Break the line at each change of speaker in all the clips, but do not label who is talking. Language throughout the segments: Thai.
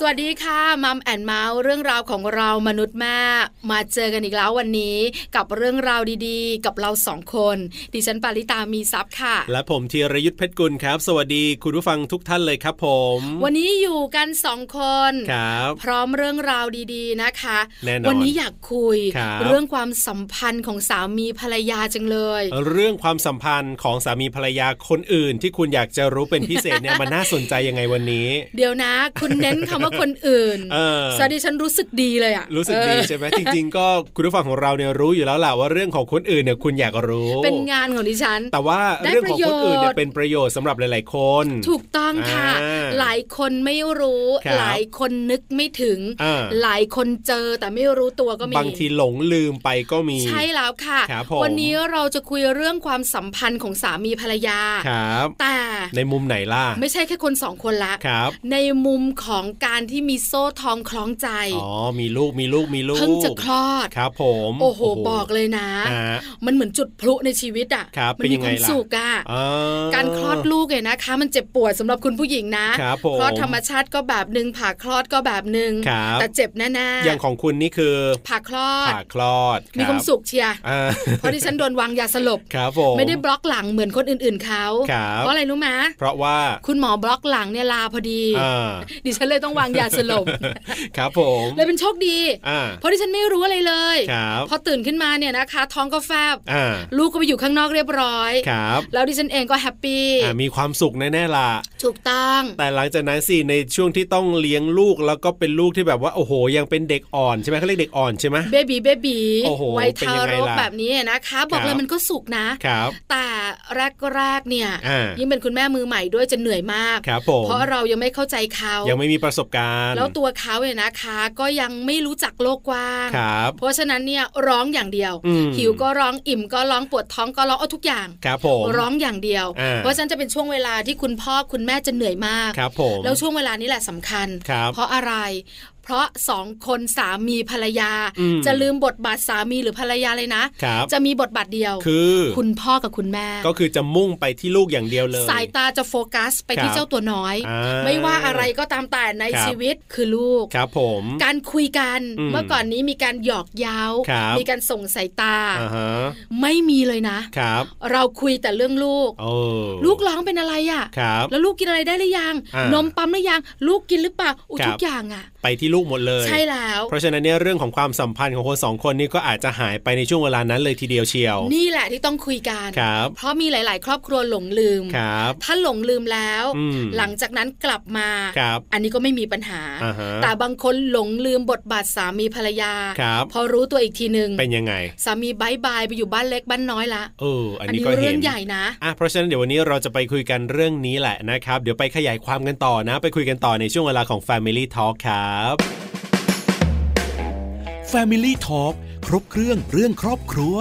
สวัสดีค่ะมัมแอนเมาส์เรื่องราวของเรามนุษย์แม่มาเจอกันอีกแล้ววันนี้ กับเรื่องราวดีๆ กับเราสองคน ดิฉันปาริตามีซัพ์ค่ะ
และผมธีรยุทธเพชรกุลครับ สวัสดีคุณผู้ฟังทุกท่านเลยครับผม
วันนี้อยู่กันสองคน
ครับ
พร้อมเรื่องราวดีๆนะคะ
แน่นอน
วันี้อยากคุย
ครับ
เรื่องความสัมพันธ์ของสามีภรรยาจังเลย
เรื่องความสัมพันธ์ของสามีภรรยาคนอื่น ที่คุณอยากจะรู้เป็นพิเศษเนี่ย มันน่าสนใจยังไงวันนี้
เดี๋ยวนะ คุณเน้นคำว่าคนอื่น
เออ
สวัสดีฉันรู้สึกดีเลยอะ
รู้สึกดี
เออ
ใช่ไหมจริง ๆ ก็คุณผู้ฟังของเราเนี่ยรู้อยู่แล้วแหละว่าเรื่องของคนอื่นเนี่ยคุณอยากรู้
เป็นงานของดิฉัน
แต่ว่า
ได้
เรื่องของคนอื่นเนี่
ประโยชน์
ยเป็นประโยชน์สำหรับหลาย ๆ คน
ถูกต้องค่ะ
อ่า
หลายคนไม่รู้
ครับ
หลายคนนึกไม่ถึง
อ่า
หลายคนเจอแต่ไม่รู้ตัวก็มี
บางทีหลงลืมไปก็มี
ใช่แล้วค่ะ
ครับผม
วันนี้เราจะคุยเรื่องความสัมพันธ์ของสามีภรรยา
ครับ
แต่
ในมุมไหนล่ะ
ไม่ใช่แค่คนสองคนละ
ครับ
ในมุมของการที่มีโซ่ทองคล้องใจ
อ๋อมีลูกมีลูกมีลูก
เพิ่งจะคลอด
ครับผม
โอ้โห บอกเลยนะ
ฮะ
มันเหมือนจุดพลุในชีวิตอ่ะ
ครับ
มั
เป็น
มี
ยัง
ค
ไง
วาม
ล่ะ
สุขอ่ะ
อ่
การคลอดลูกเนี่ยนะคะ มันเจ็บปวดสำหรับคุณผู้หญิงนะครับ
ผม
คลอดธรรมชาติก็แบบหนึ่งผ่าคลอดก็แบบหนึ่ง
ครับ
แต่เจ็บแน่ๆ
อย่างของคุณนี่คือ
ผ่าคลอด
ผ่าคลอด
มีความสุขเชีย
อ่า
เพราะที่ฉันโดนวางยาสลบ
ครับผม
ไม่ได้บล็อกหลังเหมือนคนอื่นๆเขา
ครับ
เพราะอะไรรู้ไหม
เพราะว่า
คุณหมอบล็อกหลังเนี่ยลาพอดี
อ่า
ดิฉันเลยต้องวางยาสลบ
ครับผม
เลยเป็นโชคดี
อ่า
เพราะที่ฉันไม่รู้อะไรเลย
ครับ
พอตื่นขึ้นมาเนี่ยนะคะ ท้องก็แฟบ
อ่า
ลูกก็ไปอยู่ข้างนอกเรียบร้อย
ครับ
แล้วดิฉันเองก็แฮปปี้
อ่ามีความสุขแน่ๆล่ะ
ถูกต้อง
แต่หลังจากนั้นสิในช่วงที่ต้องเลี้ยงลูกแล้วก็เป็นลูกที่แบบว่าโอ้โห ยังเป็นเด็กอ่อนใช่ไหมเขาเรียกเด็กอ่อนใช่ไหม
เบบีเบบี
โอ้โห
วัยทารก
เป็นยังไงล่ะ
แบบนี้นะคะ บอกเล
ค
ย
รับ
มันก็สุกนะ
ครับ
แต่แรกๆเนี่ย
อ่ายิ่
ยิ่งเป็นคุณแม่มือใหม่ด้วยจะเหนื่อยมาก
ครับผม
เพราะเรายังไม่เข้าใจเขาย
ยังไม่มีประสบการณ์
แล้วตัวเขาเนี่ยนะคะ ก็ยังไม่รู้จักโลกกว้าง
ครับ
เพราะฉะนั้นเนี่ยร้องอย่างเดียว
อืม
หิวก็ร้องอิ่มก็ร้องปวดท้องก็ร้องเอาทุกอย่าง
ครับผม
ร้องอย่างเดียว
อ่า
เพราะฉะนั้นจะเป็นช่วงเวลาที่คุณพ่อคุณแม่จะเหนื่อยมาก
ครับผม
แล้วช่วงเวลานี้แหละสำคัญ
ครับ
เพราะอะไร เพราะสองคนสามีภรรยา
อืม
จะลืมบทบาทสามีหรือภรรยาเลยนะ
ครับ
จะมีบทบาทเดียว
คือ
คุณพ่อกับคุณแม่
ก็คือจะมุ่งไปที่ลูกอย่างเดียวเลย
สายตาจะโฟกัสไปที่
ครับ
เจ้าตัวน้อย
อ่า
ไม่ว่าอะไรก็ตามแต่ใน
ครับ
ชีวิตคือลูก
ครับผม
การคุยกัน
อืม
เมื่อก่อนนี้มีการหยอกเย้า
ครับ
มีการส่งสายตา
อ่าฮะ
ไม่มีเลยนะ
ครับ
เราคุยแต่เรื่องลูก
โอ้
ลูกร้องเป็นอะไรอ่ะ
ครับ
แล้วลูกกินอะไรได้หรือยัง
อ่าน น
มปั๊มหรือยัง ลูกกินหรือเปล่าอุย
ครับ
ทุกอย่างอ่ะ
ไปที่ลูกหมดเลย
ใช่แล้ว
เพราะฉะนั้นเนี่ยเรื่องของความสัมพันธ์ของคนสองคนนี่ก็อาจจะหายไปในช่วงเวลานั้นเลยทีเดียวเชียว
นี่แหละที่ต้องคุยกัน
ครับ
เพราะมีหลาย ๆ ครอบครัวหลงลืม
ครับ
ถ้าหลงลืมแล้ว
อืม
หลังจากนั้นกลับมา
ครับ
อันนี้ก็ไม่มีปัญหา
อ่าฮะ
แต่บางคนหลงลืมบทบาทสามีภรรยา
ครับ
พอรู้ตัวอีกทีหนึง่ง
เป็นยังไง
สามีบายบายไปอยู่บ้านเล็กบ้านน้อยละ
เออ อันนี้ก็
เรื่
เห็
อน งใหญ่นะ
อ่ะเพราะฉะนั้นเดี๋ยววันนี้เราจะไปคุยกันเรื่องนี้แหละนะครับ เดี๋ยวไปขยายความกันต่อนะ ไปคุยกันต่อในช่วงเวลาของ Family Talk ครับ
Family Talk ครบเครื่องเรื่องครอบครัว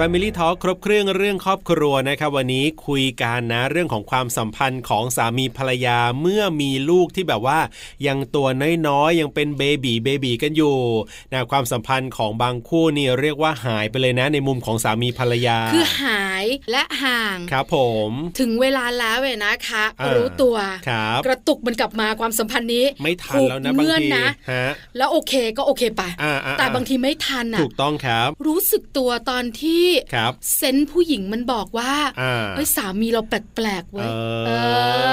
Family Talk ครบเครื่องเรื่องครอบครัวนะครับวันนี้คุยกันนะเรื่องของความสัมพันธ์ของสามีภรรยาเมื่อมีลูกที่แบบว่า ยังตัวน้อยๆ ยังเป็นเบบีเบบีกันอยู่นะความสัมพันธ์ของบางคู่นี่เรียกว่าหายไปเลยนะในมุมของสามีภรรยา
คือหายและห่าง
ครับผม
ถึงเวลาแล้วเว้ยนะคะ
อ่ารู้
รู้ตัว
ครับ
กระตุกมันกลับมาความสัมพันธ์นี้
ไม่ทันแล้ว
ผู
นะ
ก
บาง
เงื่อน
ที
นะ
ฮะ
แล้วโอเคก็โอเคไป
อ่าอ่า
แต่บางทีไม่ทันอ่ะ
ถูกต้องครับ
รู้สึกตัวตอนที่
ครับ
เซนส์ผู้หญิงมันบอกว่า
อ่า
เอ้ยสามีเราแปลกๆเว้ย
เออ
เอ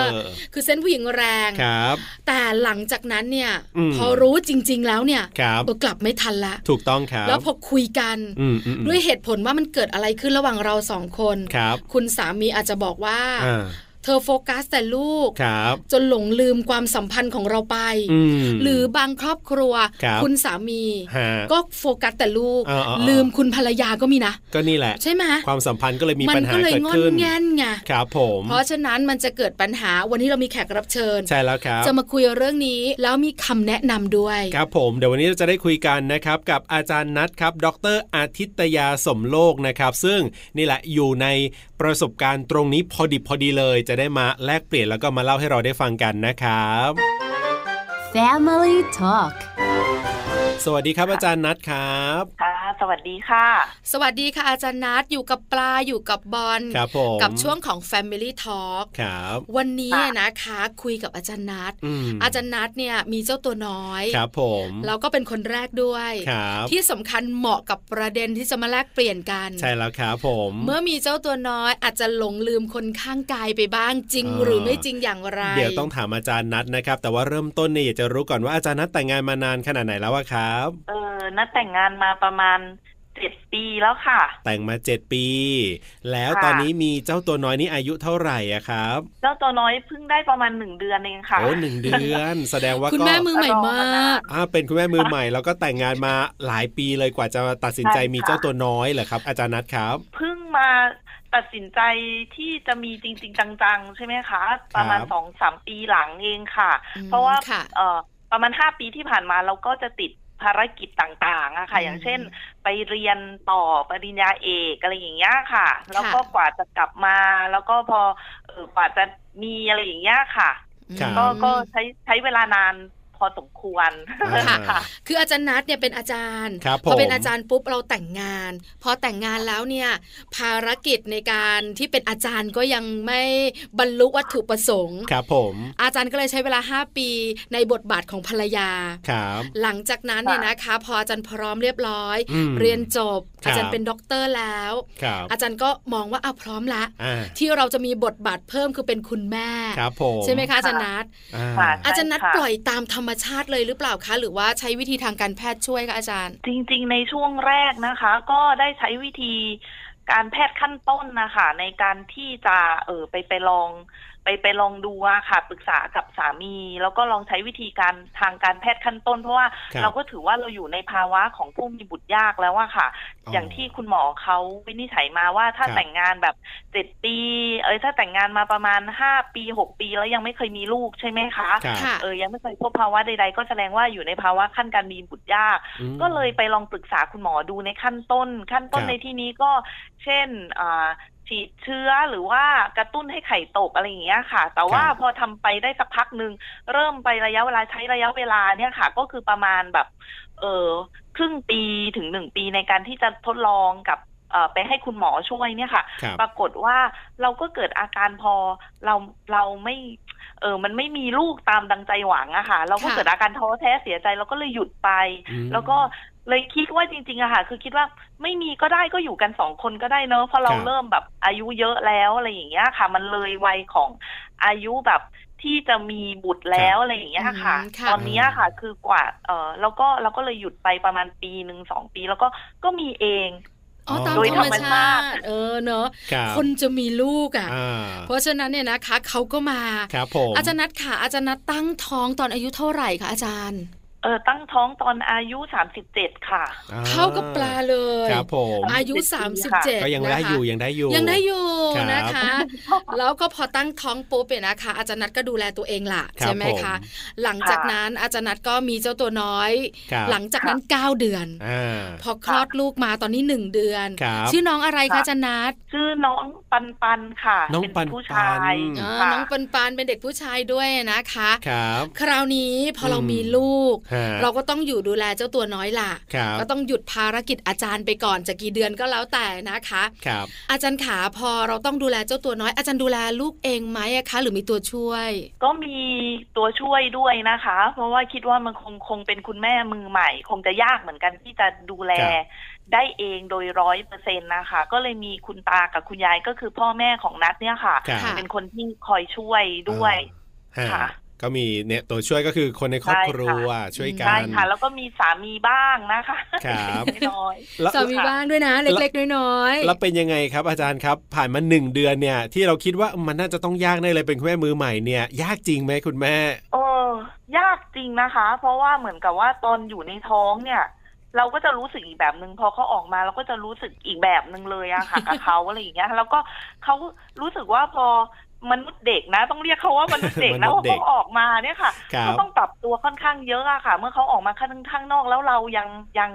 อ คือเซนส์ผู้หญิงแรง
ครับ
แต่หลังจากนั้นเนี่ย
อืม
พอรู้จริง ๆ แล้วเนี่ย
ครับ
เออกลับไม่ทันละ
ถูกต้องครับ
แล้วพอคุยกัน
อืมอืมอืม
ด้วยเหตุผลว่ามันเกิดอะไรขึ้นระหว่างเราสองคน
ครับ
คุณสามีอาจจะบอกว่า
อ่า
เธอโฟกัสแต่ลูก
ครับ
จนหลงลืมความสัมพันธ์ของเราไป
อืม
หรือบางครอบครัว
ครับ
ณสามี
ฮะ
ก็โฟกัสแต่ลูก
เออเออเออ
ลืมคุณภรรยาก็มีนะ
ก็นี่แหละ
ใช่ไหม
ความสัมพันธ์ก็เลยมี
มั
ปัญหา
ก็เลยงอน
เกิดขึ้น
แง่นไง
ครับผม
เพราะฉะนั้นมันจะเกิดปัญหาวันนี้เรามีแขกรับเชิญ
ใช่แล้วครับ
จะมาคุยเรื่องนี้แล้วมีคำแนะนำด้วย
ครับผมเดี๋ยววันนี้เราจะได้คุยกันนะครับกับอาจารย์นัทครับ ดรอาทิตยาสมโลกนะครับ ซึ่งนี่แหละอยู่ในประสบการณ์ตรงนี้พอดิบพอดีเลย จะได้มาแลกเปลี่ยนแล้วก็มาเล่าให้เราได้ฟังกันนะครับ
Family Talk
สวัสดีครับอาจารย์นัทครับ
ค่ะสวัสดีค่ะ
สวัสดีค่ะอาจารย์นัทอยู่กับปลาอยู่กับบอล
ครับผม
กับช่วงของ Family Talk
ครับ
วันนี้
ค่ะ
นะคะคุยกับอาจารย์นัท
อืม
อาจารย์นัทเนี่ยมีเจ้าตัวน้อย
ครับผม
แล้วก็เป็นคนแรกด้วย
ครับ
ที่สำคัญเหมาะกับประเด็นที่จะมาแลกเปลี่ยนกัน
ใช่แล้วครับผม
เมื่อมีเจ้าตัวน้อยอาจจะหลงลืมคนข้างกายไปบ้างจริง
อ่า
หรือไม่จริงอย่างไร
เดี๋ยวต้องถามอาจารย์นัทนะครับ แต่ว่าเริ่มต้นเนี่ยอยากจะรู้ก่อนว่าอาจารย์นัทแต่งงานมานานขนาดไหนแล้วอะครับ
เออนัดแต่งงานมาประมาณเจ็ดปีแล้วค่ะ
แต่งมาเจ็ดปี แล้ว
ค่ะ
ตอนนี้มีเจ้าตัวน้อยนี่อายุเท่าไหร่อะครับ
เจ้าตัวน้อยเพิ่งได้ประมาณหนึ่งเดือนเองค่ะ
โอ้หนึ่งเดือน แสดงว่า
คุณ
ก็
แม่มือใหม่มาก
อ่าเป็นคุณแม่มือใหม่ แล้วก็แต่งงานมาหลายปีเลยกว่าจะตัดสินใจ
ใช่ค่ะ
มีเจ้าตัวน้อยเหรอครับ อาจารย์นัทครับ
เพิ่งมาตัดสินใจที่จะมีจริง ๆ จังๆ ใช่ไหมคะ ประมาณ
ครับ
สองสามปีหลังเองค่ะ
อืม
เพราะว่า
ค่ะ
เอ่อประมาณห้าปีที่ผ่านมาเราก็จะติดภารกิจต่างๆอะค่ะ
อืม
อย่างเช่น ไปเรียนต่อปริญญาเอกอะไรอย่างเงี้ยค่ะ แล้วก็กว่าจะกลับมา แล้วก็พอเอ่อกว่าจะมีอะไรอย่างเงี้ยค่ะ
ครับ
ก็ก็ใช้ใช้เวลานานพอสมควร
ค่ะ
อ่า
คืออาจารย์นัทเนี่ยเป็นอาจารย์
ครับ
พอเป็น
ผม
อาจารย์ปุ๊บเราแต่งงาน พอแต่งงานแล้วเนี่ยภารกิจในการที่เป็นอาจารย์ก็ยังไม่บรรลุวัตถุประสงค์
ครับผม
อาจารย์ก็เลยใช้เวลา 5 ปีในบทบาทของภรรยา
ครับ
หลังจากนั้นเนี่ยนะคะ พออาจารย์พร้อมเรียบร้อย
อืม
เรียนจบ
ครับ
อาจารย์เป็นด็อกเตอร์แล้ว
ครับ
อาจารย์ก็มองว่าอ่ะพร้อมละ
อ่า
ที่เราจะมีบทบาทเพิ่มคือเป็นคุณแม่
ครับผม
ใช่ไหมคะอาจารย์
ค่ะ
นัท
อ่า
ค่ะ
อาจารย์นัท
ค่ะ
ปล่อยตามธรรมชาติเลยหรือเปล่าคะ หรือว่าใช้วิธีทางการแพทย์ช่วยคะอาจารย์
จริงๆ ในช่วงแรกนะคะ ก็ได้ใช้วิธีการแพทย์ขั้นต้นนะคะในการที่จะเออไปไปลอง ไปไปลองดูอะค่ะปรึกษากับสามี แล้วก็ลองใช้วิธีการทางการแพทย์ขั้นต้น เพราะว่า
ครับ
เราก็ถือว่าเราอยู่ในภาวะของผู้มีบุตรยากแล้วอะค่ะ อย่างที่คุณหมอเขาวินิจฉัยมาว่าถ้า
ครับ
แต่งงานแบบเจ็ดปี เอ้ยถ้าแต่งงานมาประมาณห้าปีหกปีแล้วยังไม่เคยมีลูกใช่ไหมคะ
ครับ
ค่ะ
เออยังไม่เคยพบภาวะใดๆ ก็แสดงว่าอยู่ในภาวะขั้นการมีบุตรยาก
อืม
ก็เลยไปลองปรึกษาคุณหมอดูในขั้นต้น ขั้นต้น
ครับ
ในที่นี้ก็ เช่นอ่าฉีดเชื้อหรือว่ากระตุ้นให้ไข่ตกอะไรอย่างเงี้ยค่ะ แต่ว่า
ครับ
พอทำไปได้สักพักหนึ่งเริ่มไประยะเวลาใช้ระยะเวลาเนี่ยค่ะ ก็คือประมาณแบบ เออครึ่งปีถึงหนึ่งปีในการที่จะทดลองกับเอ่อไปให้คุณหมอช่วยเนี่ยค่ะ
ครับ
ปรากฏว่าเราก็เกิดอาการพอเราเราไม่เออมันไม่มีลูกตามดังใจหวังอะค่ะ เราก็
ค่ะ
เกิดอาการท้อแท้เสียใจเราก็เลยหยุดไป
อืม
แล้วก็เลยคิดว่าจริงๆอะค่ะ คือคิดว่าไม่มีก็ได้ก็อยู่กันสองคนก็ได้เนอะเพราะเรา
ครับ
เริ่มแบบอายุเยอะแล้วอะไรอย่างเงี้ยค่ะ มันเลยวัยของอายุแบบที่จะมีบุตรแล้วอะไรอย่างเงี้ยค่ะ
อืมค่ะ
ตอนเนี้ยค่ะ คือกว่าเออแล้วก็เราก็เลยหยุดไปประมาณปีหนึ่งสองปี แล้วก็ก็มีเอง
อ๋อตาม
โดย
ธรรม
ธรรม
ชา
ชาติ
ติ เออเนอะ
รับ
คนจะมีลูกอ่ะ
อ่า
เพราะฉะนั้นเนี่ยนะคะเขาก็มา
ครับผม
อาจารย์นัทค่ะอาจารย์นัทตั้งท้องตอนอายุเท่าไหร่คะอาจารย์
เออตั้งท้องตอนอายุสามสิบเจ็ดค่ะ
อ่
เท่ากับปลาเลย
ครับผม
อายุ 37
ก็ยังได้อยู่
นะคะ
ยังได้อยู่
ยังได้อยู่
ครับ
นะคะ แล้วก็พอตั้งท้องปุ๊บเนี่ยนะคะ อาจารย์นัทก็ดูแลตัวเองล่ะ
ครับ
ใช่ไหม
ผม
คะ หลังจากนั้นอาจารย์นัทก็มีเจ้าตัวน้อย
ครับ
หลังจากนั้น 9 เดือน
อ่า
พอคลอดลูกมาตอนนี้ 1 เดือน
ครับ
ชื่อน้องอะไร
ครั
คะ
บ
อาจารย์นัท
ชื่อน้องปันปันค่ะ
น้อง
เป็น
ปันปัน
ผู้ชาย
อืม
เออ
ค่ะ
น้องปันปันเป็นเด็กผู้ชายด้วยนะคะ
ครับ
คราวนี้พออ
ม
เรามีลูก
ฮะ
เราก็ต้องอยู่ดูแลเจ้าตัวน้อยล่ะ
ครับ
ก็ต้องหยุดภารกิจอาจารย์ไปก่อนจะกี่เดือนก็แล้วแต่นะคะ
ครับ
อาจารย์ขาพอเราต้องดูแลเจ้าตัวน้อย อาจารย์ดูแลลูกเองไหมอะคะ หรือมีตัวช่วย
ก็มีตัวช่วยด้วยนะคะ เพราะว่าคิดว่ามันคงคงเป็นคุณแม่มือใหม่ คงจะยากเหมือนกันที่จะดูแลได้เองโดยร้อยเปอร์เซ็นต์นะคะ ก็เลยมีคุณตากับคุณยายก็คือพ่อแม่ของนัดเนี่ยค่ะ
ครับ
ค่ะ
เป็นคนที่คอยช่วยด้วย
อ่าฮะ
ค่ะ
ก็มีเนี่ยตัวช่วยก็คือคนในครอบ
ใช่
ค
ค่ะ
รัวช่วยกั
ใช่
น
ค่ะ แล้วก็มีสามีบ้างนะคะ
ครับ
น้อยๆ
แล้ว
สามีบ้างด้วยนะ เล็กๆ น้อย
แล้วเป็นยังไงครับอาจารย์ครับ ผ่านมาหนึ่งเดือนเนี่ย ที่เราคิดว่ามันน่าจะต้องยากแน่เลยเป็นคุณแม่มือใหม่เนี่ย ยากจริงไหมคุณแม่
เออยากจริงนะคะ เพราะว่าเหมือนกับว่าตอนอยู่ในท้องเนี่ย เราก็จะรู้สึกอีกแบบหนึ่งพอเขาออกมาเราก็จะรู้สึกอีกแบบหนึ่งเลยอะ ค่ะ กับเขาอะไรอย่างเงี้ย แล้วก็เขารู้สึกว่าพอมนุษย์เด็กนะ ต้องเรียกเขาว่ามนุษย์เด็กนะ
มนุษ
พอ
ย์เด็ก
เขาออกมาเนี่ยค่ะ
ครั
เขา
บ
ต้องปรับตัวค่อนข้างเยอะอะค่ะ เมื่อเขาออกมาข้างข้างนอกแล้วเรายังยัง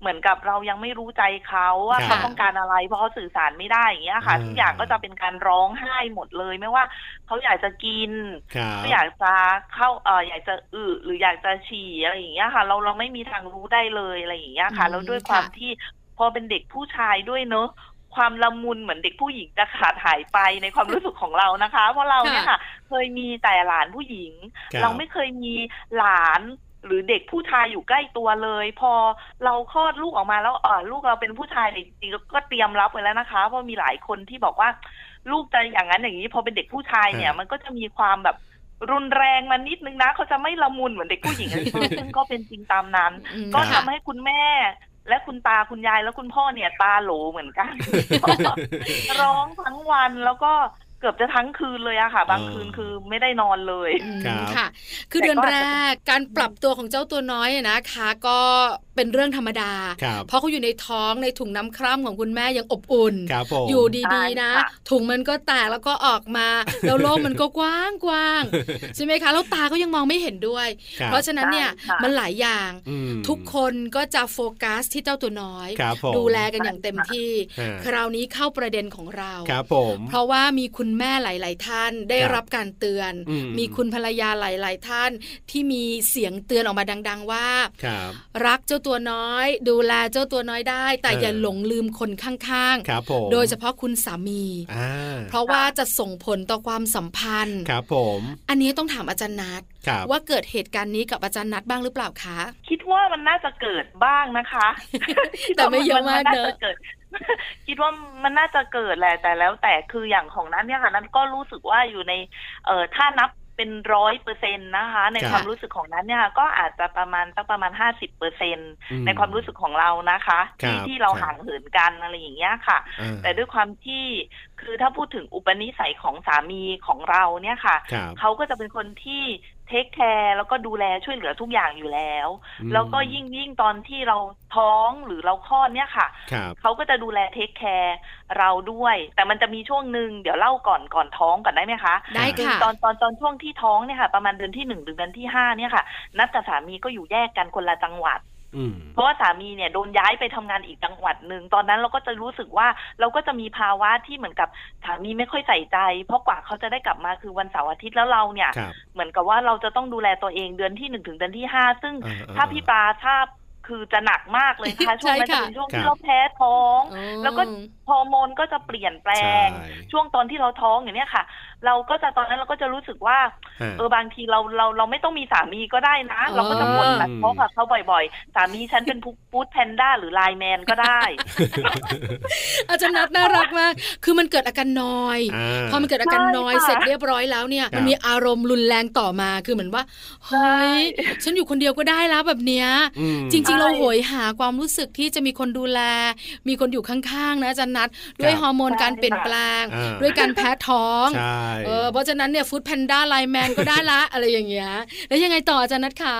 เหมือนกับเรายังไม่รู้ใจเขาว่า
ค่ะ
เขาต้องการอะไร เพราะเขาสื่อสารไม่ได้อย่างเงี้ยค่ะ
อ่า
ทุกอย่างก็จะเป็นการร้องไห้หมดเลย ไม่ว่าเขาอยากจะกิน
ครับ
ก็อยากจะเข้าเอออยากจะอึหรืออยากจะฉี่อะไรอย่างเงี้ยค่ะ เราเราไม่มีทางรู้ได้เลยอะไรอย่างเงี้ยค่ะ
อืม
แล้วด้วยความ
ค่ะ
ที่พอเป็นเด็กผู้ชายด้วยเนอะความละมุนเหมือนเด็กผู้หญิงจะขาดหายไปในความรู้สึกของเรานะคะ เพราะเราเนี่ยค่ะ เคยมีแต่หลานผู้หญิง
ครับ
เราไม่เคยมีหลานหรือเด็กผู้ชายอยู่ใกล้ตัวเลย พอเราคลอดลูกออกมาแล้วเออลูกเราเป็นผู้ชายเนี่ยจริงๆก็เตรียมรับไว้แล้วนะคะ เพราะมีหลายคนที่บอกว่า ลูกจะอย่างนั้นอย่างนี้พอเป็นเด็กผู้ชายเนี่ย
ฮะ
มันก็จะมีความแบบรุนแรงมานิดนึงนะเขาจะไม่ละมุนเหมือนเด็กผู้หญิง ซึ่งก็เป็นจริงตามนั้น
อืม
ก็
ค่ะ
ทำให้คุณแม่ และคุณตาคุณยายและคุณพ่อเนี่ย ตาโหลเหมือนกัน ร้องทั้งวันแล้วก็เกือบจะทั้งคืนเลยอะค่ะ บาง
อ๋อ
คืนคือไม่ได้นอนเลย
อืม
ครับ
ค่ะ คือ
แต่
เดือน
ก็
แร
อาจจะ
กการปรับตัวของเจ้าตัวน้อยอะนะคะ ก็เป็นเรื่องธรรมดา
ครับ
เพราะเขาอยู่ในท้องในถุงน้ำคร่ำของคุณแม่ยังอบอุ่น
ครับผม
อยู่ดีๆนะ
ใช่ค่ะ
ถุงมันก็แตกแล้วก็ออกมา แล้ว โลกมันก็กว้างกว้างใช่ไหมคะแล้วตาก็ยังมองไม่เห็นด้วย
ครับ
เพราะฉะนั้นเนี่ย
ใช่ค่ะ
มันหลายอย่าง
อืม
ทุกคนก็จะโฟกัสที่เจ้าตัวน้อย
ครับผม
ดูแลกันอย่างเต็มที่
ฮะ
คราวนี้เข้าประเด็นของเรา
ครับผม
เพราะว่ามีคุณแม่หลาย ๆ ท่านได้
ครับ
รับการเตือน
อืม
มีคุณภรรยาหลาย ๆ ท่านที่มีเสียงเตือนออกมาดัง ๆ ว่า
ครับ
รักเจ้าตัวน้อย ดูแลเจ้าตัวน้อยได้ แต่
เออ
อ
อ
ย่าหลงลืมคนข้าง
ครับผม
ๆ โดยเฉพาะคุณสามี
อ่า
เพราะว่าจะส่งผลต่อความสัมพันธ์
ครับผม
อันนี้ต้องถามอาจารย์นัท
ครับ
ว่าเกิดเหตุการณ์นี้กับอาจารย์นัทบ้างหรือเปล่าคะ
คิดว่ามันน่าจะเกิดบ้างนะคะ
แต่ไม่เยอะมากเนอะ
คิดว่จกิด คิด ว่ามันน่าจะเกิดแหละแต่แล้วแต่คืออย่างของนั้นเนี่ยค่ะนั้นก็รู้สึกว่าอยู่ใน เอ่อถ้านับเป็นร้อยเปอร์เซ็นนะคะ ใน
ครับ
ความรู้สึกของนั้นเนี่ยก็อาจจะประมาณสักประมาณห้าสิบเปอร์เซ็น
อื
ในความรู้สึกของเรานะคะ
ค
ที่
รับ
ที่เรา
ครับ
ห่างเหินกันอะไรอย่างเงี้ยค่ะ
อ่า
แต่ด้วยความที่คือถ้าพูดถึงอุปนิสัยของสามีของเราเนี่ยค่ะ
ครับ
เขาก็จะเป็นคนที่เทคแคร์แล้วก็ดูแลช่วยเหลือทุกอย่างอยู่แล้ว
อืม
แล้วก็ยิ่งยิ่งตอนที่เราท้องหรือเราคลอดเนี่ยค่ะ
ครับ
เขาก็จะดูแลเทคแคร์เราด้วย แต่มันจะมีช่วงหนึ่งเดี๋ยวเล่าก่อนก่อนท้องก่อนได้ไหมคะ
ได้
คือ
ค่ะ
ตอนตอนตอนช่วงที่ท้องเนี่ยค่ะ ประมาณเดือนที่หนึ่งถึงเดือนที่ห้าเนี่ยค่ะ นัดกับสามีก็อยู่แยกกันคนละจังหวัด
อืม
เพราะว่าสามีเนี่ยโดนย้ายไปทำงานอีกจังหวัดหนึ่งตอนนั้นเราก็จะรู้สึกว่าเราก็จะมีภาวะที่เหมือนกับสามีไม่ค่อยใส่ใจ เพราะกว่าเขาจะได้กลับมาคือวันเสาร์อาทิตย์แล้วเราเนี่ย
ครับ
เหมือนกับว่าเราจะต้องดูแลตัวเองเดือนที่หนึ่งถึงเดือนที่ห้าซึ่ง
อ่าๆ
ถ้าพี่ปลาทราบคือจะหนักมากเลยนะคะ
ใช่
ช่วงนั้น
ค่ะ
จะเป็นช่วง
ครั
ที่
บ
เราแพ้ท้อง
อ๋อ
แล้วก็ ฮอร์โมนก็จะเปลี่ยนแปล
ใช่
ง ช่วงตอนที่เราท้องอย่างเนี้ยค่ะ เราก็จะตอนนั้นเราก็จะรู้สึกว่า
ฮะ
เออบางทีเราเราเราไม่ต้องมีสามีก็ได้นะ
อ๋อ
เราก็จะบ่นแบบเพราะกับเขาบ่อยๆ สามีฉันเป็นฟู้ดแพนด้าหรือไลน์แมนก็ได้
อาจารย์นัทน่ารักมาก คือมันเกิดอาการนอย
อ่า
พอมันเกิดอาการนอย
ใช่ค่ะ
เสร็จเรียบร้อยแล้วเนี่ย
ครับ
มันมีอารมณ์รุนแรงต่อมาคือเหมือนว่าเฮ้ยฉันอยู่คนเดียวก็ได้แล้วแบบเนี้ย
อืม
จริง ๆ
ใช่
เราโหยหาความรู้สึกที่จะมีคนดูแล มีคนอยู่ข้างๆ นะอาจันนัทด้วยฮอร์โมนการเปลี่ยนแปลง
อ่า
ด้วยการแพ้ท้อง
ใช่
เออเพราะฉะนั้นเนี่ยฟู้ดแพนด้าไลแมนก็ได้ละ อะไรอย่างเงี้ยแล้วยังไงต่ออาจันนัทคะ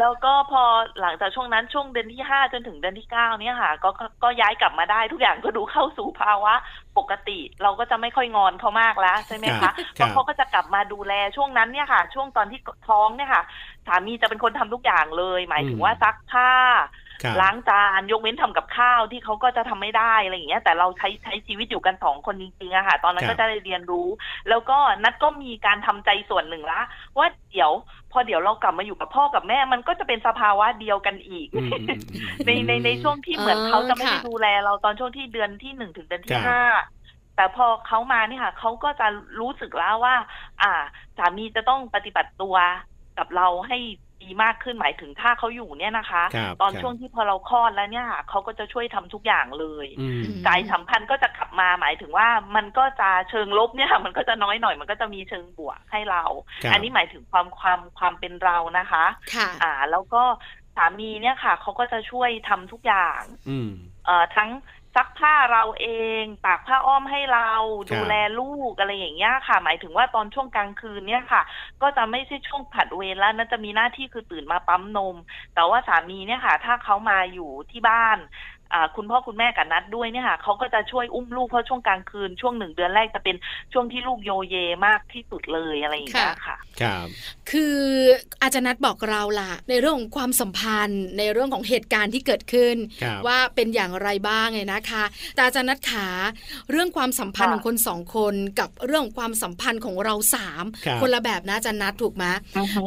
แล้วก็พอหลังจากช่วงนั้นช่วงเดือนที่ห้าจนถึงเดือนที่เก้าเนี่ยค่ะก็ก็ก็ย้ายกลับมาได้ทุกอย่าง ก็ดูเข้าสู่ภาวะปกติ เราก็จะไม่ค่อยงอนเขามากแล้วใช่ไหมคะเพ
ครั
ราะ
บ
เขาก็จะกลับมาดูแลช่วงนั้นเนี่ยค่ะ ช่วงตอนที่ท้องเนี่ยค่ะ สามีจะเป็นคนทำทุกอย่างเลย หมายถึงว่าซักผ้า
ครับ
ล้างจานยกเว้นทำกับข้าวที่เขาก็จะทำไม่ได้อะไรอย่างเงี้ยแต่เราใช้ใช้ชีวิตอยู่กันสองคนจริงๆอะค่ะ ตอนนั้นก็จะได้เรียนรู้ แล้วก็นัดก็มีการทำใจส่วนหนึ่งละว่าเดี๋ยว พอเดี๋ยวเรากลับมาอยู่กับพ่อกับแม่มันก็จะเป็นสภาวะเดียวกันอีก
อืมอืมอืมอืม
ในในในช่วงที่เหมือนเขาจะไม่ได้ดูแล เราตอนช่วงที่เดือนที่หนึ่งถึงเดือน
ครั
ที่
บ
ห้าแต่พอเขามาเนี่ยค่ะเขาก็จะรู้สึกแล้วว่า อ่า สามีจะต้องปฏิบัติตัวกับเราให้ดีมากขึ้นหมายถึงถ้าเขาอยู่เนี่ยนะคะ
ครับ
ตอน
ครับ
ช่วงที่พอเราคลอดแล้วเนี่ยค่ะเขาก็จะช่วยทำทุกอย่างเลย
อืม
สายสัมพันธ์ก็จะกลับมาหมายถึงว่ามันก็จะเชิงลบเนี่ยค่ะมันก็จะน้อยหน่อย มันก็จะมีเชิงบวกให้เรา
ครับ
อันี้หมายถึงความความความเป็นเรานะคะ
ค่ะ
อ่าแล้วก็สามีเนี่ยค่ะเขาก็จะช่วยทำทุกอย่าง
อืม
เ เอ่อทั้งซักผ้าเราเองตากผ้าอ้อมให้เรา
ครับ
ดูแลลูกอะไรอย่างเงี้ยค่ะ หมายถึงว่าตอนช่วงกลางคืนเนี่ยค่ะ ก็จะไม่ใช่ช่วงผลัดเวรแล้วนะจะมีหน้าที่คือตื่นมาปั๊มนม แต่ว่าสามีเนี่ยค่ะ ถ้าเขามาอยู่ที่บ้านอ่าคุณพ่อคุณแม่กับนัดด้วยเนี่ยค่ะเขาก็จะช่วยอุ้มลูกเพราะช่วงกลางคืนช่วงหนึ่งเดือนแรกจะเป็นช่วงที่ลูกโยเยมากที่สุดเลยอะไรอย่างเงี้ยค่ะ
ครับ
คืออาจารย์นัทบอกเราล่ะ ในเรื่องของความสัมพันธ์ ในเรื่องของเหตุการณ์ที่เกิดขึ้น
ครับ
ว่าเป็นอย่างไรบ้างเนี่ยนะคะ แต่อาจารย์นัทขาเรื่องความสัมพันธ์
ค่ะ
ของคนสองคนกับเรื่องความสัมพันธ์ของเราสาม
รับ
คนละแบบนะอาจารย์นัทถูกไหม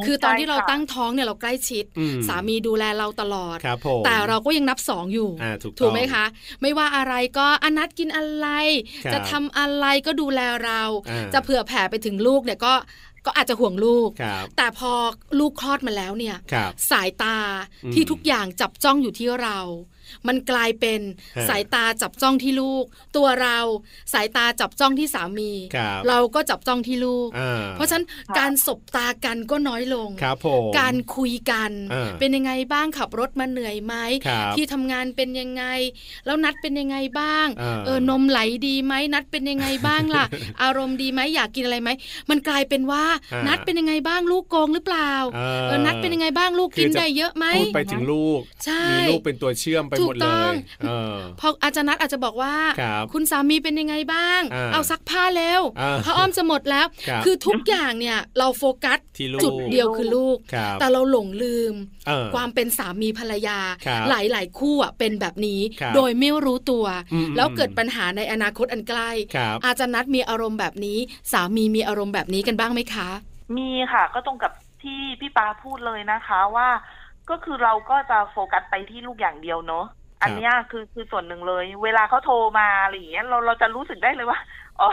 คือตอนที่เราตั้งท้องเนี่ยเราใกล้ชิด
อื
สามีดูแลเราตลอด
ครับผม
แต่เราก็ยังนับสองอยู่
อ่าถูก
ถูกไหม
ต้อง
คะ ไม่ว่าอะไรก็อะนัดกินอะไร
ครับ
จะทำอะไรก็ดูแลเรา
อ่า
จะเผื่อแผ่ไปถึงลูกเนี่ยก็ก็อาจจะห่วงลูก
ครับ
แต่พอลูกคลอดมาแล้วเนี่ย
ครับ
สายตา
อืม
ที่ทุกอย่างจับจ้องอยู่ที่เรา มันกลายเป็น
ฮะ
สายตาจับจ้องที่ลูก ตัวเราสายตาจับจ้องที่สามี
ครับ
เราก็จับจ้องที่ลูก
อ่
เพราะฉะนั้นการสบตากันก็น้อยลง
ครับผม
การคุยกัน
อ่า
เป็นยังไงบ้างขับรถมาเหนื่อยไหม
ครับ
ที่ทำงานเป็นยังไง แล้วนัดเป็นยังไงบ้าง
า
เออนมไหลดีไหมนัดเป็นยังไงบ้าง ล่ะ อารมณ์ดีไหมอยากกินอะไรไหมมันกลายเป็นว่า
อ่านั
นัดเป็นยังไงบ้างลูกโกงหรือเปล่า
เอ
เออนัดเป็นยังไงบ้างลูก
คือ
กิน
จะ
ได้เยอะไหม
พูดไปถึงลูก
ใช่
มีลูกเป็นตัวเชื่อมไป
ถู
หม
ก
ดเล
ต้อย ง
เออ
พออาจารย์นัดอาจจะบอกว่า
ครับ
ณสามีเป็นยังไงบ้าง
อ่า
เอาซักผ้าแล้ว
อ่า
ผ้าอ้อมจะหมดแล้ว
ครับ
คือทุกอย่างเนี่ยเราโฟกัส
ที่ลูก
จุดเดียวคือลูก
ครับ
แต่เราหลงลืม
เออ
ความเป็นสามีภรรยา
ครับ
หลายหลายๆคู่อ่ะเป็นแบบนี้
ครับ
โดยไม่รู้ตัว
อืม
แล้วเกิดปัญหาในอนาคตอันใกล้
ครับ
อาจารย์นัดมีอารมณ์แบบนี้ สามีมีอารมณ์แบบนี้กันบ้างไหมคะ
มีค่ะก็ตรงกับที่พี่ปาพูดเลยนะคะว่า ก็คือเราก็จะโฟกัสไปที่ลูกอย่างเดียวเนอะอันเนี้ยคือคือส่วนหนึ่งเลย เวลาเขาโทรมาอะไรอย่างเงี้ยเราเราจะรู้สึกได้เลยว่าอ๋อ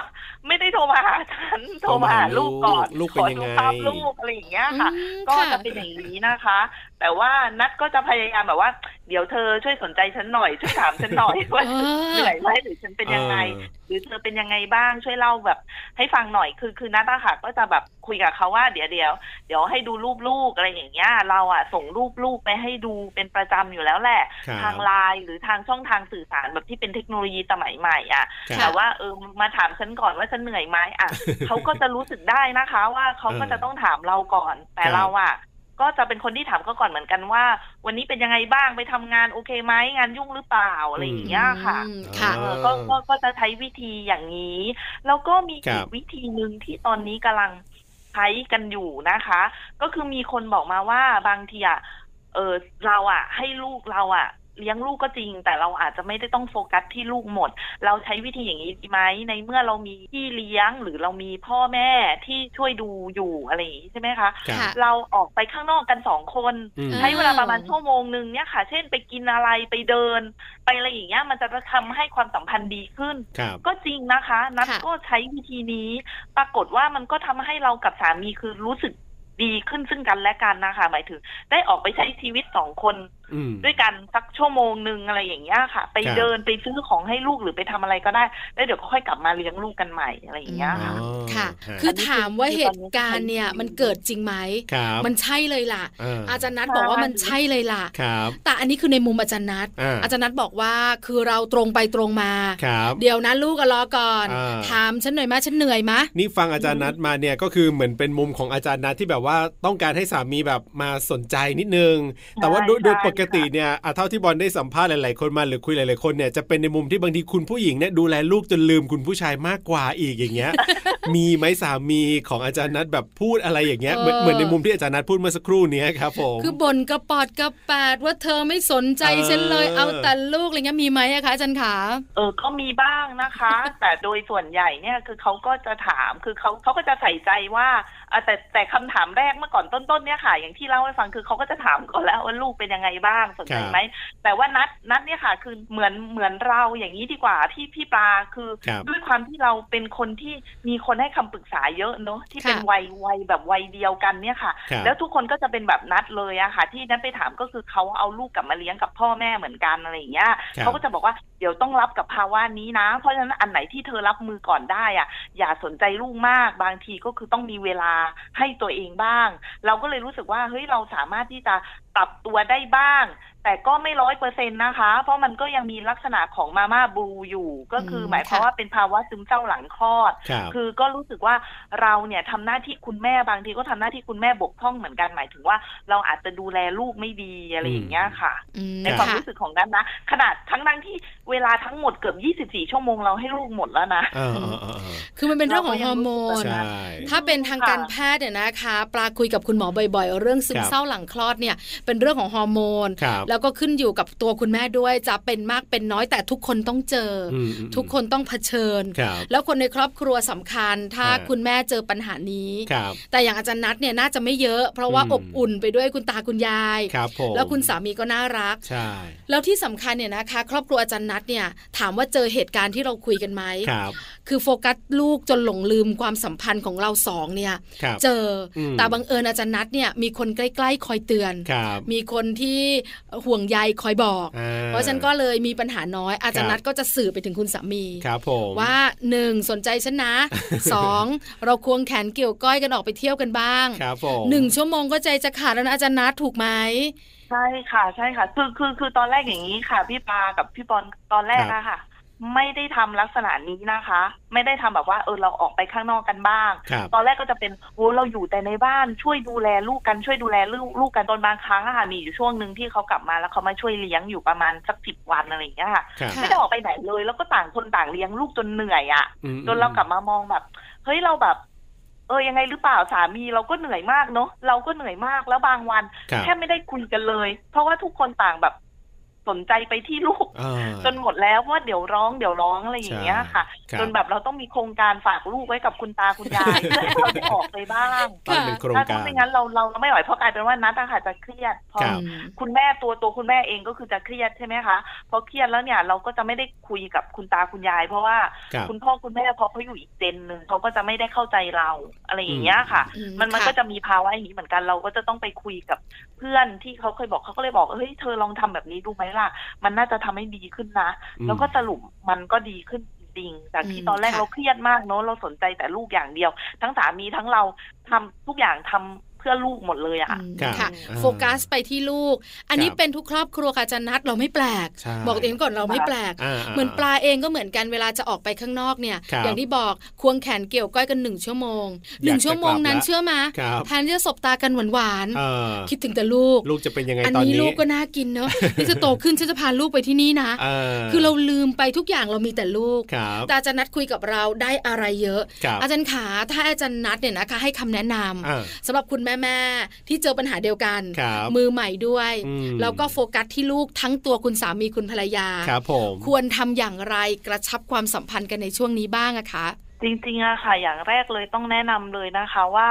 ไม่ได้โทรมาหาฉั นโทรมาหาลูกก่อน
ลูก
ข
เป็น
อ
ยัง
ดู
ไง
ภาพลูกอะไรอย่างเงี้ยค่ะ
อืม
ก็
ค่ะ
จะเป็นอย่างนี้นะคะ แต่ว่านัดก็จะพยายามแบบว่า เดี๋ยวเธอช่วยสนใจฉันหน่อยช่วยถามฉันหน่อย ว่า
เออ
เหนื่อยไหมหรือฉันเป็นยังไง
เออ
หรือเธอเป็นยังไงบ้างช่วยเล่าแบบให้ฟังหน่อยคือคือนัทอะค่ะ ก็จะแบบคุยกับเขาว่าเดี๋ยวเดี๋ยวเดี๋ยวให้ดูรูปลูกอะไรอย่างเงี้ยเราอะส่งรูปลูกไปให้ดูเป็นประจำอยู่แล้วแหละ
ครับ
ทางไลน์หรือทางช่องทางสื่อสารแบบที่เป็นเทคโนโลยีสมัยใหม่อะ
ครับ
แต่ว่าเออมาถามฉันก่อนว่าฉันเหนื่อยไหมอะ เขาก็จะรู้สึกได้นะคะ ว่าเขาก็
เออ
จะต้องถามเราก่อน แต่
ครับ
เราอะก็จะเป็นคนที่ถามเขาก่อนเหมือนกันว่า วันนี้เป็นยังไงบ้างไปทำงานโอเคไหมงานยุ่งหรือเปล่าอะไรอย่างเงี้ยค่ะ
อืมค่ะ
อ่า
เออก็ก็ก็จะใช้วิธีอย่างนี้ แล้วก็มี
ครั
อี
บ
กวิธีหนึ่งที่ตอนนี้กำลังใช้กันอยู่นะคะ ก็คือมีคนบอกมาว่าบางทีอ่ะเออเราอ่ะ ให้ลูกเราอ่ะ เลี้ยงลูกก็จริง แต่เราอาจจะไม่ได้ต้องโฟกัสที่ลูกหมด เราใช้วิธีอย่างนี้ดีไหมในเมื่อเรามีพี่เลี้ยงหรือเรามีพ่อแม่ที่ช่วยดูอยู่อะไรอย่างนี้ใช่ไหมคะ
ครับ
ค่ะ
เราออกไปข้างนอกกันสองคน
อืม
ใช้เวลาประมาณชั่วโมงหนึ่งเนี่ยค่ะ เช่นไปกินอะไรไปเดิน ไปอะไรอย่างเงี้ยมันจะทำให้ความสัมพันธ์ดีขึ้น
ครับ
ก็จริงนะคะ นัท
ค่ะ
ก็ใช้วิธีนี้ ปรากฏว่ามันก็ทำให้เรากับสามีคือรู้สึกดีขึ้นซึ่งกันและกันนะคะ หมายถึง ได้ออกไปใช้ชีวิตสองคน
อืม
ด้วยกันสักชั่วโมงหนึ่งอะไรอย่างเงี้ยค่ะ ไป
ครับ
เดินไปซื้อของให้ลูกหรือไปทำอะไรก็ได้แล้วเดี๋ยวก็ค่อยกลับมาเลี้ยงลูกกันใหม่อะไรอย่างเงี้ย
อ๋อ
ค่ะ
ค่ะ
ฮะ
คือถามว่าเหตุการณ์เนี่ยมันเกิดจริงไหม
ครับ
มันใช่เลยล่ะ
เ
อาจารย์นัทบอกว่ามันใช่เลยล่ะ
ครับ
แต่อันนี้คือในมุมอาจารย์นัท
อ่า
อาจารย์นัทบอกว่าคือเราตรงไปตรงมา
ครับ
เดี๋ยวนะลูกอะรอก่อน
อ่า
ถามฉันหน่อยมะฉันเหนื่อยมะ
นี่ฟังอาจารย์นัดมาเนี่ยก็คือเหมือนเป็นมุมของอาจารย์นัดที่แบบว่าต้องการให้สามีแบบมาสนใจนิดนึง แต่ว่าโดย
ใช่
โดยปกติ
ค่ะ
เนี่ยอ่ะเท่าที่บอลได้สัมภาษณ์หลาย ๆ คนมาหรือคุยหลาย ๆ คนเนี่ยจะเป็นในมุมที่บางทีคุณผู้หญิงเนี่ยดูแลลูกจนลืมคุณผู้ชายมากกว่าอีกอย่า งเงี้ย มีไหมสามีของอาจารย์นัดแบบพูดอะไรอย่างเงี้ยเหมือน
เออ
เหมือนในมุมที่อาจารย์นัดพูดเมื่อสักครู่เนี้ยครับผม
คือบ่นกระปอดกระแปดว่าเธอไม่สนใจฉันเลย
เออ
เอาแต่ลูกอะไรเงี้ยมีไหมอะคะอาจารย์ขา
เออ ก็มีบ้างนะคะ แต่โดยส่วนใหญ่เนี่ยคือเขาก็จะถาม คือเขาเขาก็จะใส่ใจว่าอ่ะแต่แต่คำถามแรกเมื่อก่อนต้นๆเนี่ยค่ะ อย่างที่เล่าให้ฟังคือเขาก็จะถามก่อนแล้วว่าลูกเป็นยังไงบ้างสนใจไหม แต่ว่านัดนัดเนี่ยค่ะ คือเหมือนเหมือนเราอย่างนี้ดีกว่าที่พี่ปลาคือ
ครับ
ด้วยความที่เราเป็นคนที่มีคนให้คำปรึกษาเยอะเนอะที่เป็น
ค่ะ
วัยวัยแบบวัยเดียวกันเนี่ยค่ะ
ครับ
แล้วทุกคนก็จะเป็นแบบนัดเลยอะค่ะ ที่นัดไปถามก็คือเขาเอาลูกกลับมาเลี้ยงกับพ่อแม่เหมือนกันอะไรอย่างเงี้ย
ครับ
เขาก็จะบอกว่าเดี๋ยวต้องรับกับภาวะนี้นะ เพราะฉะนั้นอันไหนที่เธอรับมือก่อนได้อะอย่าสนใจลูกมากบางทีก็คือต้องมีเวลาให้ตัวเองบ้าง เราก็เลยรู้สึกว่าเฮ้ยเราสามารถที่จะป ปรับตัวได้บ้าง แต่ก็ไม่ร้อยเปอร์เซ็นต์นะคะ เพราะมันก็ยังมีลักษณะของมาม่าบลูอยู่ ก็คืออ
ม
หมายความ
ค่ะ
ว่าเป็นภาวะซึมเศร้าหลังคลอด
ครับ
คือก็รู้สึกว่าเราเนี่ยทำหน้าที่คุณแม่บางทีก็ทำหน้าที่คุณแม่บกพร่องเหมือนกันหมายถึงว่าเราอาจจะดูแลลูกไม่ดีอะไรอย่างเงี้ยค่ะ
อืม
ในความ
ค่ะ
รู้สึกของนั้นนะ ขนาดทั้งทั้งๆที่เวลาทั้งหมดเกือบ 24 ชั่วโมงเราให้ลูกหมดแล้วนะ
เออเออเออเออ
คือมันเป็นเรื่องของฮอร์โมน
ใช่
ถ้าเป็นทางการแพทย์เนี่ยนะคะ ปลาคุยกับคุณหมอบ่อยๆ เรื่องซึม
ครับ
เศร้าหลังคลอดเนี่ย เป็นเรื่องของฮอร์โมน
ครับ
แล้วก็ขึ้นอยู่กับตัวคุณแม่ด้วย จะเป็นมากเป็นน้อยแต่ทุกคนต้องเจออ
อืมอืม
ทุกคนต้องเผชิญ
ครับ
แล้วคนในครอบครัวสำคัญ ถ้า
ฮะ
คุณแม่เจอปัญหานี้
ครับ
แต่อย่างอาจารย์นัทเนี่ยน่าจะไม่เยอะ เพราะว่า
อืม
อบอุ่นไปด้วยคุณตาคุณยาย
ครับผม
แล้วคุณสามีก็น่ารัก
ใช่
แล้วที่สำคัญเนี่ยนะคะ ครอบครัวอาจารย์นัทเนี่ยถามว่าเจอเหตุการณ์ที่เราคุยกันไหม
ครับ
คือโฟกัสลูกจนหลงลืมความสัมพันธ์ของเราสองเนี่ย
ครับ
เจออ
ม
แต่บังเอิญอาจารย์นัทเนี่ยมีคนใกล้ ๆ คอยเตือน
ครับ
มีคนที่ห่วงใยคอยบอก
อ่
เพราะฉะนันก็เลยมีปัญหาน้อย อาจารย์
ครับ
นัทก็จะสื่อไปถึงคุณสามี
ครับผม
ว่าหนึ่งสนใจฉัน นะ สองเราควงแขนเกี่ยวก้อยกันออกไปเที่ยวกันบ้าง
ครับผม
หนึ่งชั่วโมงก็ใจจะขาดแล้วนะอาจารย์นัทถูกไหม
ใช่ค่ะ ใช่ค่ะ คือคือคือตอนแรกอย่างนี้ค่ะ พี่ปากับพี่บอลตอนแรกอะค่ะ ไม่ได้ทำลักษณะนี้นะคะ ไม่ได้ทำแบบว่าเออเราออกไปข้างนอกกันบ้าง
ครับ
ตอนแรกก็จะเป็นโอ้เราอยู่แต่ในบ้านช่วยดูแลลูกกันช่วยดูแลลูกลูกกันตอนบางครั้งอะค่ะ มีอยู่ช่วงหนึ่งที่เขากลับมาแล้วเขามาช่วยเลี้ยงอยู่ประมาณสักสิบวันอะไรอย่างเงี้ยค่ะ
ครับ
ไม่ได้ออกไปไหนเลย แล้วก็ต่างคนต่างเลี้ยงลูกจนเหนื่อยอะ
อืม
จนเรากลับมามองแบบ เฮ้ยเราแบบ เออยังไงหรือเปล่าสามีเราก็เหนื่อยมากเนอะเราก็เหนื่อยมากแล้วบางวัน
ครับ
แค่ไม่ได้คุยกันเลย เพราะว่าทุกคนต่างแบบสนใจไปที่ลูก
อ่า
จนหมดแล้วเพราะว่าเดี๋ยวร้องเดี๋ยวร้องอะไรอย่างเงี้ยค่ะ
ครั
จนแบบเราต้องมีโครงการฝากลูกไว้กับคุณตาคุณ ยายเพื่อให้เราได้ออกไปบ้าง
ตั้งเป็นโครง
ถ้า
การ
ไม่งั้นเราเราเราไม่ไหวเพราะกลายเป็นว่านัดอะค่ะจะเครียดพอ
ครับ
คุณแม่ตัวตัวคุณแม่เองก็คือจะเครียดใช่ไหมคะพอเครียดแล้วเนี่ยเราก็จะไม่ได้คุยกับคุณตาคุณยาย เพราะว่า
ครับ
คุณพ่อคุณแม่พอเขาอยู่อีกเจนหนึ่งเขาก็จะไม่ได้เข้าใจเราอะไรอย่างเงี้ยค่ะ
อื
มันมัน
ค่ะ
ก็จะมีภาวะอย่างนี้เหมือนกันเราก็จะต้องไปคุยกับเพื่อนที่เขาเคยบอกเขาก็เลยบอกเฮ้ยเธอลองทำแบบนี้ดูไหมล่ะ มันน่าจะทำให้ดีขึ้นนะ
อืม
แล้วก็สรุปมันก็ดีขึ้นจริงๆจากที่
อืม
ตอนแรก
ค่ะ
เราเครียดมากเนอะเราสนใจแต่ลูกอย่างเดียว ทั้งสามีทั้งเราทำทุกอย่างทำเพื่อลูกหมดเลยอะ
อืม
ครับ
ค่ะ
อ่า
โฟกัสไปที่ลูก อันนี้
ครับ
เป็นทุกครอบครัวค่ะอาจารย์นัทเราไม่แปลก
ใช่
บอกตัวเองก่อนเราไม่แปลก
อ่าๆ
เหมือนปลาเองก็เหมือนกันเวลาจะออกไปข้างนอกเนี่ย
ครับ
อย่างที่บอกควงแขนเกี่ยวก้อยกันหนึ่งชั่วโมงหนึ่งชั่วโมงนั้น
อยากจะกลับละ
เชื่อมา
ครับ
แทนที่จะสบตากันหวาน
เออ
ๆคิดถึงแต่ลูก
ลูกจะเป็นยังไง
อัน
ตอน
นี้
นี้
ลูกก็น่ากิน เนอะ นี่จะโตขึ้นฉันจะพาลูกไปที่นี่นะ
เออ
คือเราลืมไปทุกอย่างเรามีแต่ลูก
ครับ
แต่อาจารย์นัดคุยกับเราได้อะไรเยอะ
ครับ
อาจารย์ขาถ้าอาจารย์นัดเนี่ยนะคะ ให้คำแนะนำ
อ่า
สำหรับคุณแม่ๆที่เจอปัญหาเดียวกัน
ครับ
มือใหม่ด้วย
อืม
แล้วก็โฟกัสที่ลูกทั้งตัวคุณสามีคุณภรรยา
ครับผม
ควรทำอย่างไรกระชับความสัมพันธ์กันในช่วงนี้บ้างอะคะ
จริงๆอะค่ะ อย่างแรกเลยต้องแนะนำเลยนะคะว่า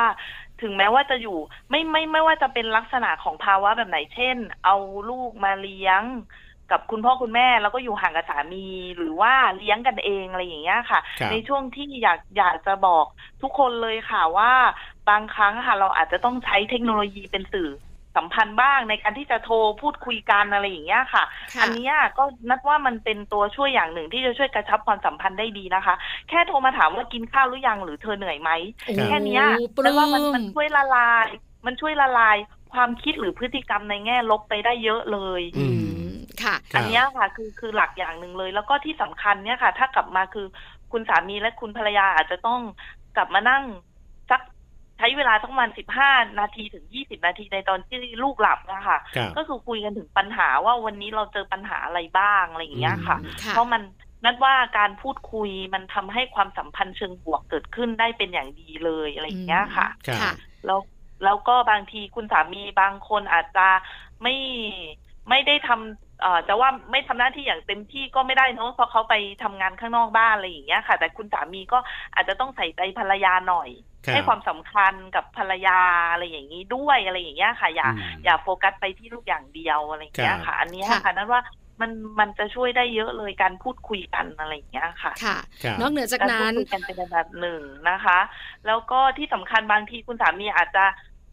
ถึงแม้ว่าจะอยู่ไม่ไม่ไม่ว่าจะเป็นลักษณะของภาวะแบบไหนเช่น เอาลูกมาเลี้ยง กับคุณพ่อคุณแม่แล้วก็อยู่ห่างกับสามีหรือว่าเลี้ยงกันเองอะไรอย่างเงี้ยค่ะ
ครับ
ในช่วงที่อยากอยากจะบอกทุกคนเลยค่ะว่าบางครั้งค่ะเราอาจจะต้องใช้เทคโนโลยีเป็นสื่อสัมพันธ์บ้างในการที่จะโทรพูดคุยกันอะไรอย่างเงี้ยค่ะ
ค่ะ
อันเนี้ยก็นัดว่ามันเป็นตัวช่วยอย่างหนึ่งที่จะช่วยกระชับความสัมพันธ์ได้ดีนะคะ แค่โทรมาถามว่ากินข้าวหรือยังหรือเธอเหนื่อยไหม
โอ้
ครับ
แค่เนี้ย
ป
นัด
ลื้
ว่ามัน
ม
มันช่วยละลาย มันช่วยละลายความคิดหรือพฤติกรรมในแง่ลบไปได้เยอะเลย
อื
อืม
ม
ค่ะ
ครับ
อันเนี้ยค่ะคือคือหลักอย่างหนึ่งเลย แล้วก็ที่สำคัญเนี่ยค่ะ ถ้ากลับมาคือคุณสามีและคุณภรรยาอาจจะต้องกลับมานั่งสักใช้เวลาสักประมาณสิบห้านาทีถึงยี่สิบนาทีในตอนที่ลูกหลับนะคะ
ครับ
ก็คือคุยกันถึงปัญหาว่าวันนี้เราเจอปัญหาอะไรบ้างอะไรอย่างเงี้ยค่ะ
อืม
ค่ะ
เพราะมันนัดว่าการพูดคุยมันทำให้ความสัมพันธ์เชิงบวกเกิดขึ้นได้เป็นอย่างดีเลยอะไรอย่างเงี้ยค่ะ
ครับ
ค่ะ
แล้วแล้วก็บางทีคุณสามีบางคนอาจจะไม่ไม่ได้ทำเอ่อแต่ว่าไม่ทำหน้าที่อย่างเต็มที่ก็ไม่ได้เนอะเพราะเขาไปทำงานข้างนอกบ้านอะไรอย่างเงี้ยค่ะ แต่คุณสามีก็อาจจะต้องใส่ใจภรรยาหน่อย
รับ
ให้ความสำคัญกับภรรยาอะไรอย่างนี้ด้วยอะไรอย่างเงี้ยค่ะอย่า
อืม
อย่าโฟกัสไปที่ลูกอย่างเดียวอะไรอย่างเงี้ย
ครั
ค่ะ
บ
อันเนี้ย
ค่ะ
ค่ะนั่นว่ามันมันจะช่วยได้เยอะเลยการพูดคุยกันอะไรอย่างเงี้ยค่ะ
ค่ะ
ครับ
นอกเหนือจากนั้น
การพูดคุยกันเป็นระดับหนึ่งนะคะ แล้วก็ที่สำคัญบางทีคุณสามีอาจจะ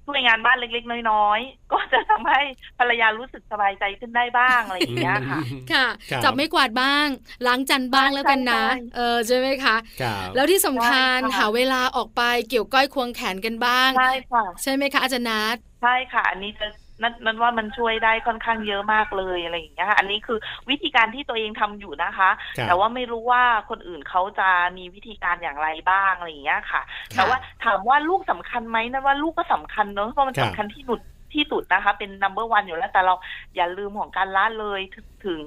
ช่วยงานบ้านเล็กๆ น้อยๆ ก็จะทำให้ภรรยารู้สึกสบายใจขึ้นได้บ้างอะไรอย่างเงี้ยค่ะ
ค่ะ
ครับ
จับไม่กวาดบ้าง ล้างจานบ้างแล้วกันนะ
ใช่ใช่
เออใช่ไหมคะ
ครับ
แล้วที่สำคัญ
ใช่ค่ะ
หาเวลาออกไปเกี่ยวก้อยควงแขนกันบ้าง
ใช่ค่ะ
ใช่ไหมคะอาจารย์นัท
ใช่ค่ะ อันนี้จะ นั่นนั่นว่ามันช่วยได้ค่อนข้างเยอะมากเลยอะไรอย่างเงี้ยค่ะอันนี้คือวิธีการที่ตัวเองทำอยู่นะคะ
ครับ
แต่ว่าไม่รู้ว่าคนอื่นเขาจะมีวิธีการอย่างไรบ้างอะไรอย่างเงี้ยค่ะ
ค่ะ
แต่ว่าถามว่าลูกสำคัญไหมนั่นว่าลูกก็สำคัญเนอะเพราะมัน
ครับ
สำคัญที่สุดที่สุดนะคะ เป็น number one อยู่แล้วแต่เราอย่าลืมของการละเลยถึงถึง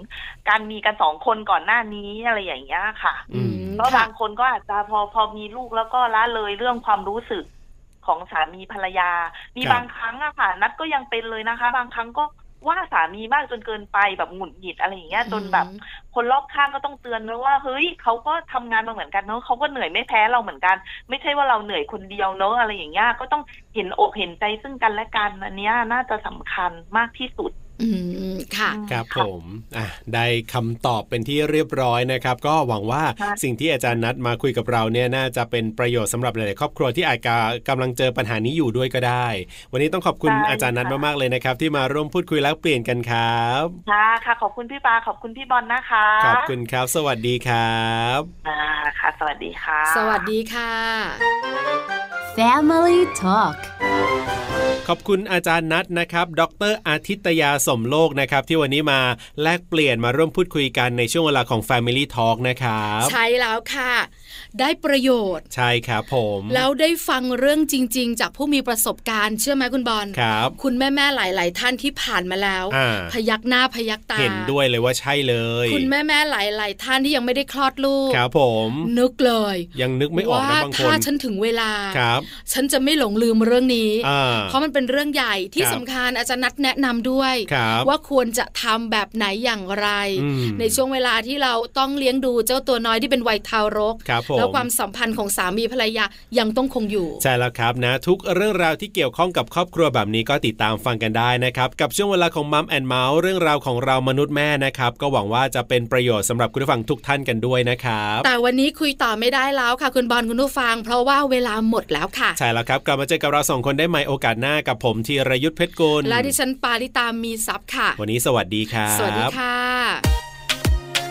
การมีกันสองคนก่อนหน้านี้อะไรอย่างเงี้ยค่ะ
อืม
เพราะ
ค่ะ
บางคนก็อาจจะพอพอมีลูกแล้วก็ละเลยเรื่องความรู้สึกของสามีภรรยา มี
ครับ
บางครั้งอะค่ะ นัดก็ยังเป็นเลยนะคะ บางครั้งก็ว่าสามีมากจนเกินไปแบบหงุดหงิดอะไรอย่างเงี้ยจนแบบ คนรอบข้างก็ต้องเตือนนะว่าเฮ้ยเขาก็ทำงานมาเหมือนกันเนอะเขาก็เหนื่อยไม่แพ้เราเหมือนกัน ไม่ใช่ว่าเราเหนื่อยคนเดียวเนอะอะไรอย่างเงี้ยก็ต้องเห็นอกเห็นใจซึ่งกันและกันอันเนี้ยน่าจะสำคัญมากที่สุด
อืมค่ะ
ครับ
ะ
ผมอ่ะได้คำตอบเป็นที่เรียบร้อยนะครับ ก็หวังว่า
ค่ะ
สิ่งที่อาจารย์นัดมาคุยกับเราเนี่ยน่าจะเป็นประโยชน์สำหรับหลาย ๆ ครอบครัวที่อาจจะกำลังเจอปัญหานี้อยู่ด้วยก็ได้ วันนี้ต้องขอบคุณอาจารย์นัดมาก ๆ เลยนะครับ ที่มาร่วมพูดคุยแลกเปลี่ยนกันครับ
ค่ะค่ะ ขอบคุณพี่ปาขอบคุณพี่บอลนะคะ
ขอบคุณครับ สวัสดีครับ
อ่าค่ะ สวัสดีค่ะ
สวัสดีค่ะ
Family Talk
ขอบคุณอาจารย์นัทนะครับ ดรอาทิตยาสมโลกนะครับ ที่วันนี้มาแลกเปลี่ยนมาร่วมพูดคุยกันในช่วงเวลาของ Family Talk นะครับ
ใช้แล้วค่ะ ได้ประโยชน์
ใช่ครับผม
แล้วได้ฟังเรื่องจริง ๆ จากผู้มีประสบการณ์ เชื่อไหมคุณบอล
ครับ
คุณแม่ๆหลาย ๆ ท่านที่ผ่านมาแล้ว
อ่า
พยักหน้าพยักตา
เห็นด้วยเลยว่าใช่เลย
คุณแม่ๆหลาย ๆ ท่านที่ยังไม่ได้คลอดลูก
ครับผม
นึกเลย
ยังนึกไม่ออก
ว่า
นะบางค
ถ้าน ฉันถึงเวลา
ครับ
ฉันจะไม่หลงลืมเรื่องนี้
อ่า
เพราะมันเป็นเรื่องใหญ่ที่
ครับ
สำคัญอาจารย์นัดแนะนำด้วย
ครับ
ว่าควรจะทำแบบไหนอย่างไร
อืม
ในช่วงเวลาที่เราต้องเลี้ยงดูเจ้าตัวน้อยที่เป็นวัยทารก
ครับผม
แล้วความสัมพันธ์ของสามีภรรยายังต้องคงอยู่
ใช่แล้วครับนะ ทุกเรื่องราวที่เกี่ยวข้องกับครอบครัวแบบนี้ก็ติดตามฟังกันได้นะครับ กับช่วงเวลาของมัมแอนเมาส์เรื่องราวของเรามนุษย์แม่นะครับ ก็หวังว่าจะเป็นประโยชน์สำหรับคุณผู้ฟังทุกท่านกันด้วยนะครับ
แต่วันนี้คุยต่อไม่ได้แล้วค่ะ คุณบอลคุณผู้ฟัง เพราะว่าเวลาหมดแล้วค่ะ
ใช่แล้วครับกลับมาเจอกับเราสองคนได้ใหม่โอกาสหน้ากับผมธีรยุทธเพชรกุล
และดิฉันปาริตามีซับค่ะ
วันนี้สวัสดีครับ
สวัสดีค่ะ